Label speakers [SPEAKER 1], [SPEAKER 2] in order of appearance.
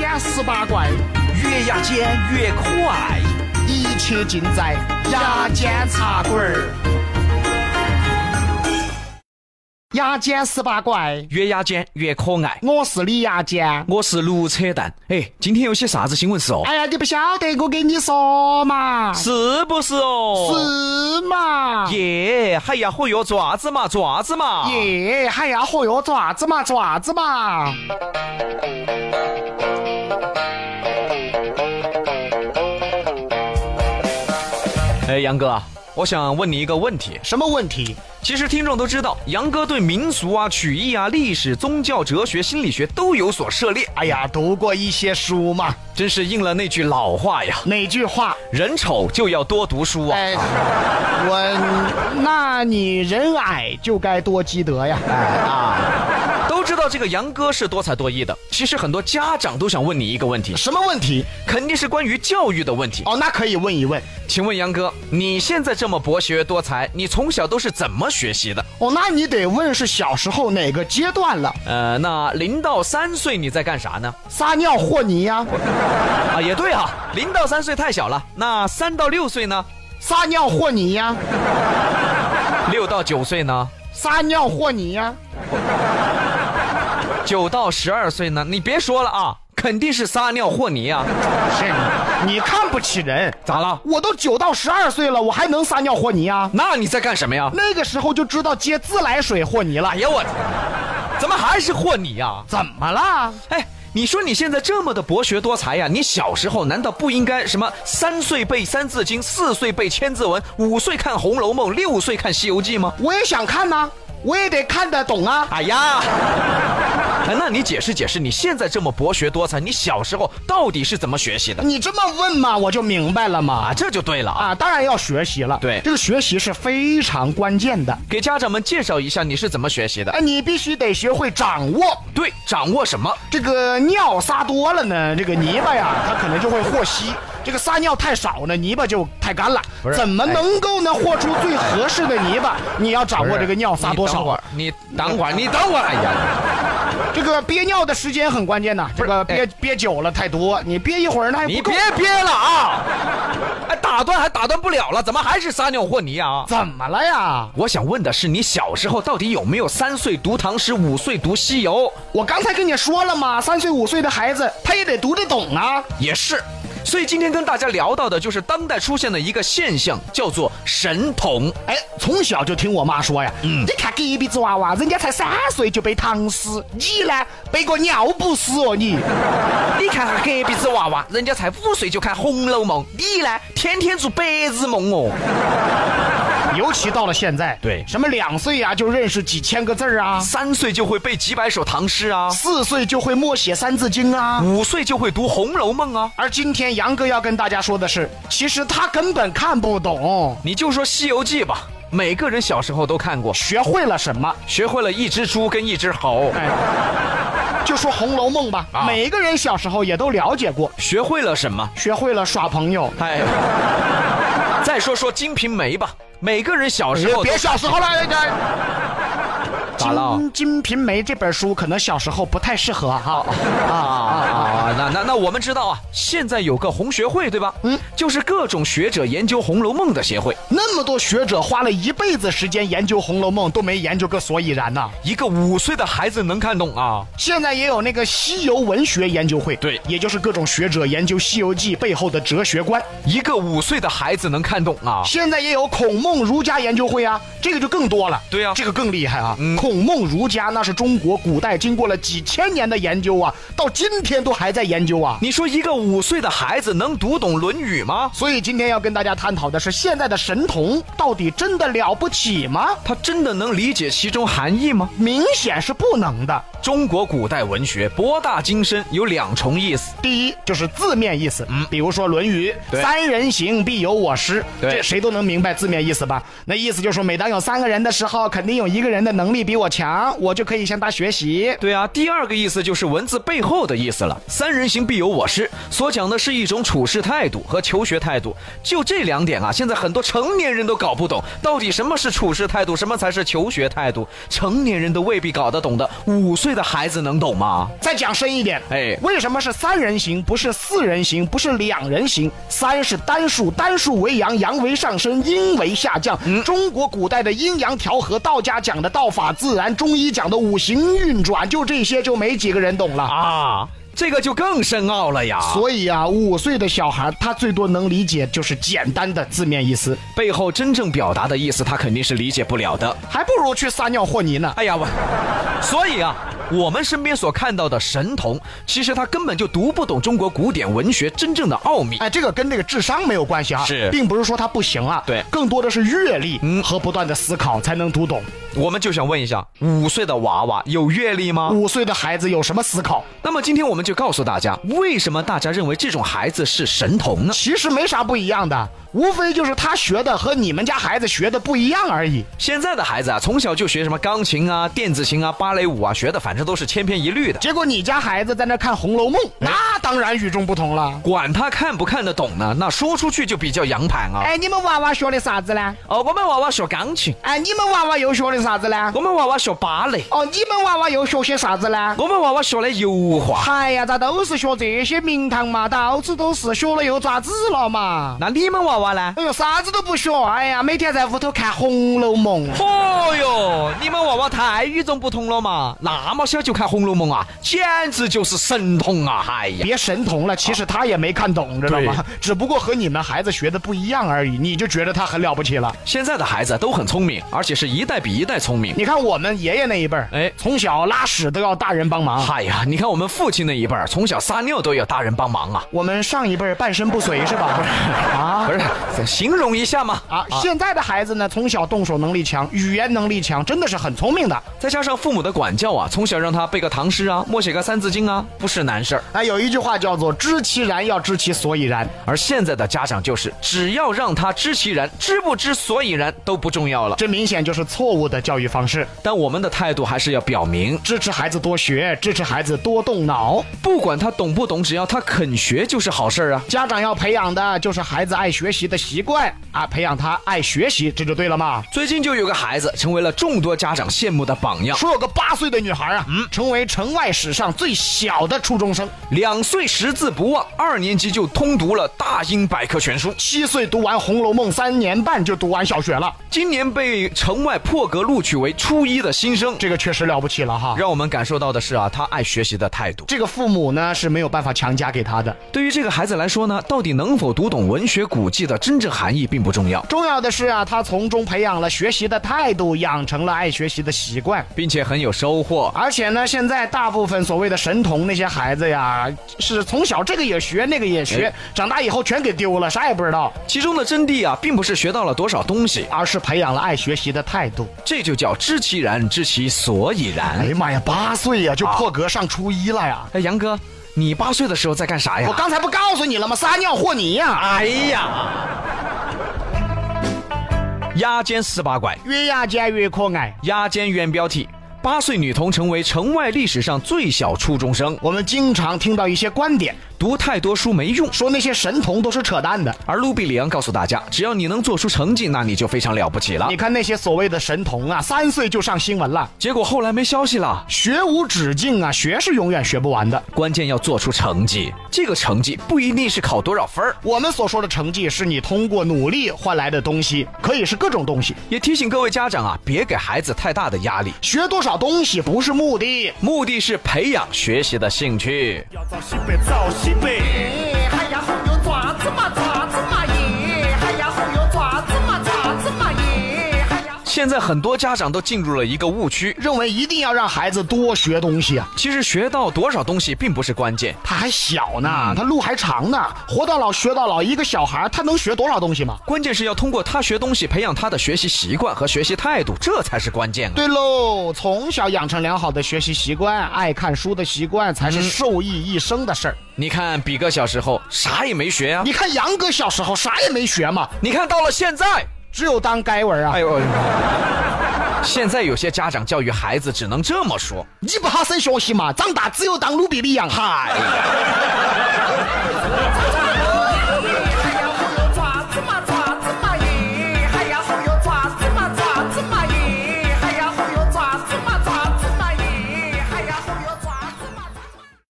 [SPEAKER 1] 压十八怪，
[SPEAKER 2] 越压尖越可爱，
[SPEAKER 1] 一切尽在牙尖茶馆儿。牙尖十八怪，
[SPEAKER 2] 越压尖越可爱。
[SPEAKER 1] 我是李牙尖。
[SPEAKER 2] 我是卢扯蛋，哎，今天有些啥子新闻是哦？
[SPEAKER 1] 哎呀，你不晓得，我跟你说嘛，是
[SPEAKER 2] 是不是哦？
[SPEAKER 1] 嘛？
[SPEAKER 2] 耶，哎呀，嚯哟，爪子嘛，爪子嘛。
[SPEAKER 1] 耶，还呀，嚯哟，爪子嘛，爪子嘛。
[SPEAKER 2] 哎，杨哥啊，我想问你一个问题。
[SPEAKER 1] 什么问题？
[SPEAKER 2] 其实听众都知道，杨哥对民俗啊、曲艺啊、历史、宗教、哲学、心理学都有所涉猎，
[SPEAKER 1] 哎呀，读过一些书嘛，
[SPEAKER 2] 真是应了那句老话呀：
[SPEAKER 1] 哪句话？
[SPEAKER 2] 人丑就要多读书啊。
[SPEAKER 1] 哎， 我，那你人矮就该多积德呀。
[SPEAKER 2] 都知道这个杨哥是多才多艺的，其实很多家长都想问你一个问题，
[SPEAKER 1] 什么问题？
[SPEAKER 2] 肯定是关于教育的问题。
[SPEAKER 1] 哦，那可以问一问。
[SPEAKER 2] 请问杨哥，你现在这么博学多才，你从小都是怎么学习的？
[SPEAKER 1] 哦，那你得问是小时候哪个阶段了？
[SPEAKER 2] 呃，那零到三岁你在干啥呢？
[SPEAKER 1] 撒尿和泥呀、
[SPEAKER 2] 啊，也对啊，零到三岁太小了。那三到六岁呢？
[SPEAKER 1] 撒尿和泥呀、
[SPEAKER 2] 六到九岁呢？
[SPEAKER 1] 撒尿和泥呀、
[SPEAKER 2] 九到十二岁呢？你别说了啊，肯定是撒尿和泥啊！
[SPEAKER 1] 是你，你看不起人。
[SPEAKER 2] 咋了？
[SPEAKER 1] 我都九到十二岁了，我还能撒尿和泥啊？
[SPEAKER 2] 那你在干什么呀？
[SPEAKER 1] 那个时候就知道接自来水和泥了
[SPEAKER 2] 哎。呀我，怎么还是和泥呀、啊
[SPEAKER 1] 怎么啦？
[SPEAKER 2] 哎，你说你现在这么的博学多才呀，你小时候难道不应该什么三岁背《三字经》，四岁背《千字文》，五岁看《红楼梦》，六岁看《西游记》吗？
[SPEAKER 1] 我也想看呐、我也得看得懂啊。
[SPEAKER 2] 哎呀， 哎，那你解释解释，你现在这么博学多才，你小时候到底是怎么学习的
[SPEAKER 1] 你这么问嘛，我就明白了嘛
[SPEAKER 2] 啊？。这就对了啊。
[SPEAKER 1] 啊，当然要学习了。
[SPEAKER 2] 对
[SPEAKER 1] 这个学习是非常关键的。
[SPEAKER 2] 给家长们介绍一下你是怎么学习的哎
[SPEAKER 1] 啊，？你必须得学会掌握。
[SPEAKER 2] 对，掌握什么？
[SPEAKER 1] 这个尿撒多了呢，这个泥巴呀，它可能就会和稀；这个撒尿太少呢，泥巴就太干了
[SPEAKER 2] 不。是哎
[SPEAKER 1] 怎么能够呢和出最合适的泥巴？你要掌握这个尿撒多少。
[SPEAKER 2] 你等会儿，你等会儿，哎呀，
[SPEAKER 1] 这个憋尿的时间很关键呐，这个
[SPEAKER 2] 不是哎
[SPEAKER 1] 憋憋久了太多，你憋一会儿呢还
[SPEAKER 2] 你
[SPEAKER 1] 哎不够
[SPEAKER 2] 别。憋了啊！哎，打断还打断不了了，怎么还是撒尿和泥啊？
[SPEAKER 1] 怎么了呀？
[SPEAKER 2] 我想问的是，你小时候到底有没有三岁读唐诗，五岁读西游？
[SPEAKER 1] 我刚才跟你说了嘛，三岁五岁的孩子他也得读得懂啊。
[SPEAKER 2] 也是。所以今天跟大家聊到的就是当代出现的一个现象，叫做神童。
[SPEAKER 1] 哎，从小就听我妈说呀，嗯，你看隔壁子娃娃，人家才三岁就背唐诗，你呢背个尿不湿哦你。
[SPEAKER 2] 你看看隔壁子娃娃，人家才五岁就看《红楼梦》，你呢，天天做白日梦哦。
[SPEAKER 1] 尤其到了现在，
[SPEAKER 2] 对
[SPEAKER 1] 什么两岁呀、就认识几千个字儿啊，
[SPEAKER 2] 三岁就会背几百首唐诗啊，
[SPEAKER 1] 四岁就会默写《三字经》啊。
[SPEAKER 2] 五岁就会读《红楼梦》啊。
[SPEAKER 1] 而今天杨哥要跟大家说的是，其实他根本看不懂，
[SPEAKER 2] 你就说《西游记》吧，每个人小时候都看过，
[SPEAKER 1] 学会了什么。
[SPEAKER 2] 学会了一只猪跟一只猴，
[SPEAKER 1] 哎，就说《红楼梦》吧，
[SPEAKER 2] 啊
[SPEAKER 1] 每个人小时候也都了解过，
[SPEAKER 2] 学会了什么？
[SPEAKER 1] 学会了耍朋友。
[SPEAKER 2] 哎，再说说《金瓶梅》吧，每个人小时候都啊
[SPEAKER 1] 别小时候了，哎哎
[SPEAKER 2] 咋了
[SPEAKER 1] 金《金瓶梅》这本书可能小时候不太适合哈、
[SPEAKER 2] 啊，那那那我们知道啊，现在有个红学会对吧？嗯，就是各种学者研究《红楼梦》的协会，
[SPEAKER 1] 那么多学者花了一辈子时间研究《红楼梦》，都没研究个所以然呐、
[SPEAKER 2] 一个五岁的孩子能看懂啊？
[SPEAKER 1] 现在也有那个西游文学研究会，
[SPEAKER 2] 对
[SPEAKER 1] 也就是各种学者研究《西游记》背后的哲学观。
[SPEAKER 2] 一个五岁的孩子能看懂啊？
[SPEAKER 1] 现在也有孔孟儒家研究会啊，这个就更多了。
[SPEAKER 2] 对啊
[SPEAKER 1] 这个更厉害啊！孔孟儒家那是中国古代经过了几千年的研究啊，到今天都还在研究啊。
[SPEAKER 2] 你说一个五岁的孩子能读懂《论语》吗？
[SPEAKER 1] 所以今天要跟大家探讨的是，现在的神童到底真的了不起吗？
[SPEAKER 2] 他真的能理解其中含义吗？
[SPEAKER 1] 明显是不能的。
[SPEAKER 2] 中国古代文学博大精深，有两重意思。
[SPEAKER 1] 第一就是字面意思，比如说《论语》“
[SPEAKER 2] 嗯对
[SPEAKER 1] 三人行，必有我师”，
[SPEAKER 2] 对
[SPEAKER 1] 这谁都能明白字面意思吧？那意思就是说，每当有三个人的时候，肯定有一个人的能力比我强，我就可以向他学习。
[SPEAKER 2] 对啊，第二个意思就是文字背后的意思了。三人行，必有我师”，所讲的是一种处事态度和求学态度。就这两点啊，现在很多成年人都搞不懂，到底什么是处事态度，什么才是求学态度，成年人都未必搞得懂的，五岁的孩子能懂吗？
[SPEAKER 1] 再讲深一点，
[SPEAKER 2] 哎
[SPEAKER 1] 为什么是三人行，不是四人行，不是两人行？三是单数，单数为阳，阳为上升，阴为下降。
[SPEAKER 2] 嗯
[SPEAKER 1] 中国古代的阴阳调和，道家讲的道法自然，中医讲的五行运转，就这些就没几个人懂了。
[SPEAKER 2] 啊，这个就更深奥了呀。
[SPEAKER 1] 所以啊，五岁的小孩他最多能理解就是简单的字面意思，
[SPEAKER 2] 背后真正表达的意思，他肯定是理解不了的。
[SPEAKER 1] 还不如去撒尿和泥呢。
[SPEAKER 2] 哎呀，我，所以啊，我们身边所看到的神童，其实他根本就读不懂中国古典文学真正的奥秘。
[SPEAKER 1] 哎，这个跟那个智商没有关系啊，
[SPEAKER 2] 是
[SPEAKER 1] 并不是说他不行啊，
[SPEAKER 2] 对
[SPEAKER 1] 更多的是阅历
[SPEAKER 2] 嗯
[SPEAKER 1] 和不断的思考才能读懂。
[SPEAKER 2] 我们就想问一下，五岁的娃娃有阅历吗？
[SPEAKER 1] 五岁的孩子有什么思考？
[SPEAKER 2] 那么今天我们就告诉大家，为什么大家认为这种孩子是神童呢？
[SPEAKER 1] 其实没啥不一样的，无非就是他学的和你们家孩子学的不一样而已。
[SPEAKER 2] 现在的孩子啊，从小就学什么钢琴啊、电子琴啊、芭蕾舞啊，学的反正都是千篇一律的。
[SPEAKER 1] 结果你家孩子在那看《红楼梦》，
[SPEAKER 2] 哎
[SPEAKER 1] 那当然与众不同了。
[SPEAKER 2] 管他看不看得懂呢，那说出去就比较洋盘啊。
[SPEAKER 1] 哎，你们娃娃学的啥子呢？
[SPEAKER 2] 哦，我们娃娃学钢琴，
[SPEAKER 1] 哎，你们娃娃又学的啥子呢？
[SPEAKER 2] 我们娃娃学芭蕾，
[SPEAKER 1] 哦，你们娃娃又学些啥子呢？
[SPEAKER 2] 我们娃娃学的油画。
[SPEAKER 1] 哎呀，咋都是学这些名堂嘛，到处都是，学了又咋子了嘛？
[SPEAKER 2] 那你们娃娃呢？
[SPEAKER 1] 哎呦，啥子都不学，哎呀，每天在屋头看《红楼梦》。
[SPEAKER 2] 哦哟，你们娃娃太与众不同了嘛！那么小就看《红楼梦》啊，简直就是神童啊！哎呀，
[SPEAKER 1] 别神童了，其实他也没看懂，知道吗？ 只不过和你们孩子学的不一样而已，你就觉得他很了不起了。
[SPEAKER 2] 现在的孩子都很聪明，而且是一代比一代聪明。
[SPEAKER 1] 你看我们爷爷那一辈儿，
[SPEAKER 2] 哎
[SPEAKER 1] 从小拉屎都要大人帮忙。
[SPEAKER 2] 哎呀，你看我们父亲那一辈儿，从小撒尿都有大人帮忙啊，
[SPEAKER 1] 我们上一辈儿半身不遂是吧？啊
[SPEAKER 2] 不是形容一下嘛？
[SPEAKER 1] 啊！现在的孩子呢，从小动手能力强，语言能力强，真的是很聪明的。
[SPEAKER 2] 再加上父母的管教啊，从小让他背个唐诗啊，默写个三字经啊，不是难事儿。
[SPEAKER 1] 哎，有一句话叫做“知其然，要知其所以然
[SPEAKER 2] 而现在的家长就是，只要让他知其然，知不知所以然都不重要”，了。
[SPEAKER 1] 这明显就是错误的教育方式。
[SPEAKER 2] 但我们的态度还是要表明，
[SPEAKER 1] 支持孩子多学，支持孩子多动脑。
[SPEAKER 2] 不管他懂不懂，只要他肯学就是好事儿啊。
[SPEAKER 1] 家长要培养的就是孩子爱学习的习惯啊，培养他爱学习，这就对了嘛。
[SPEAKER 2] 最近就有个孩子成为了众多家长羡慕的榜样，
[SPEAKER 1] 说有个八岁的女孩啊，成为城外史上最小的初中生，
[SPEAKER 2] 两岁识字不忘，二年级就通读了《大英百科全书》，
[SPEAKER 1] 七岁读完《红楼梦》，三年半就读完小学了，
[SPEAKER 2] 今年被城外破格录取为初一的新生。
[SPEAKER 1] 这个确实了不起了哈。
[SPEAKER 2] 让我们感受到的是啊，他爱学习的态度。
[SPEAKER 1] 这个父母呢是没有办法强加给他的，
[SPEAKER 2] 对于这个孩子来说呢，到底能否读懂文学古籍的真正含义并不重要，
[SPEAKER 1] 重要的是啊，他从中培养了学习的态度，养成了爱学习的习惯。
[SPEAKER 2] 并且很有收获。
[SPEAKER 1] 而且呢，现在大部分所谓的神童那些孩子呀，是从小这个也学，那个也学
[SPEAKER 2] 哎，
[SPEAKER 1] 长大以后全给丢了，啥也不知道，
[SPEAKER 2] 其中的真谛啊，并不是学到了多少东西，
[SPEAKER 1] 而是培养了爱学习的态度。
[SPEAKER 2] 这就叫知其然，知其所以然。
[SPEAKER 1] 哎呀妈呀，八岁呀就破格上初一了呀！
[SPEAKER 2] 哎，杨哥，你八岁的时候在干啥呀
[SPEAKER 1] 我？刚才不告诉你了吗？撒尿和泥呀！
[SPEAKER 2] 哎呀，压尖十八拐，
[SPEAKER 1] 越压尖越可爱。
[SPEAKER 2] 压尖原标题：八岁女童成为城外历史上最小初中生，
[SPEAKER 1] 我们经常听到一些观点，
[SPEAKER 2] 读太多书没用。
[SPEAKER 1] 说那些神童都是扯淡的。
[SPEAKER 2] 而卢比里昂告诉大家，只要你能做出成绩，那你就非常了不起了
[SPEAKER 1] 你。看那些所谓的神童啊，三岁就上新闻了，
[SPEAKER 2] 结果后来没消息了，
[SPEAKER 1] 学无止境啊，学是永远学不完的。
[SPEAKER 2] 关键要做出成绩，这个成绩不一定是考多少分儿。
[SPEAKER 1] 我们所说的成绩，是你通过努力换来的东西，可以是各种东西。
[SPEAKER 2] 也提醒各位家长啊，别给孩子太大的压力，
[SPEAKER 1] 学多少东西不是目的。
[SPEAKER 2] 目的是培养学习的兴趣。
[SPEAKER 3] 要造西北，造西北。
[SPEAKER 4] 哎嗨呀，红油爪子嘛，爪子嘛耶！嗨呀，红油爪子嘛，爪子嘛耶！嗨呀。
[SPEAKER 2] 现在很多家长都进入了一个误区，
[SPEAKER 1] 认为一定要让孩子多学东西啊，
[SPEAKER 2] 其实学到多少东西并不是关键，
[SPEAKER 1] 他还小呢，
[SPEAKER 2] 嗯
[SPEAKER 1] 他路还长呢，活到老学到老，一个小孩他能学多少东西嘛？
[SPEAKER 2] 关键是要通过他学东西培养他的学习习惯和学习态度，这才是关键啊。
[SPEAKER 1] 对喽，从小养成良好的学习习惯，爱看书的习惯，才
[SPEAKER 2] 嗯
[SPEAKER 1] 是受益一生的事儿。
[SPEAKER 2] 你看比哥小时候啥也没学呀、
[SPEAKER 1] 你看杨哥小时候啥也没学嘛，
[SPEAKER 2] 你看到了现在，
[SPEAKER 1] 只有当该文啊。
[SPEAKER 2] 哎呦，现在有些家长教育孩子只能这么说，
[SPEAKER 1] 你不好生学习嘛，长大只有当努比利样。嗨，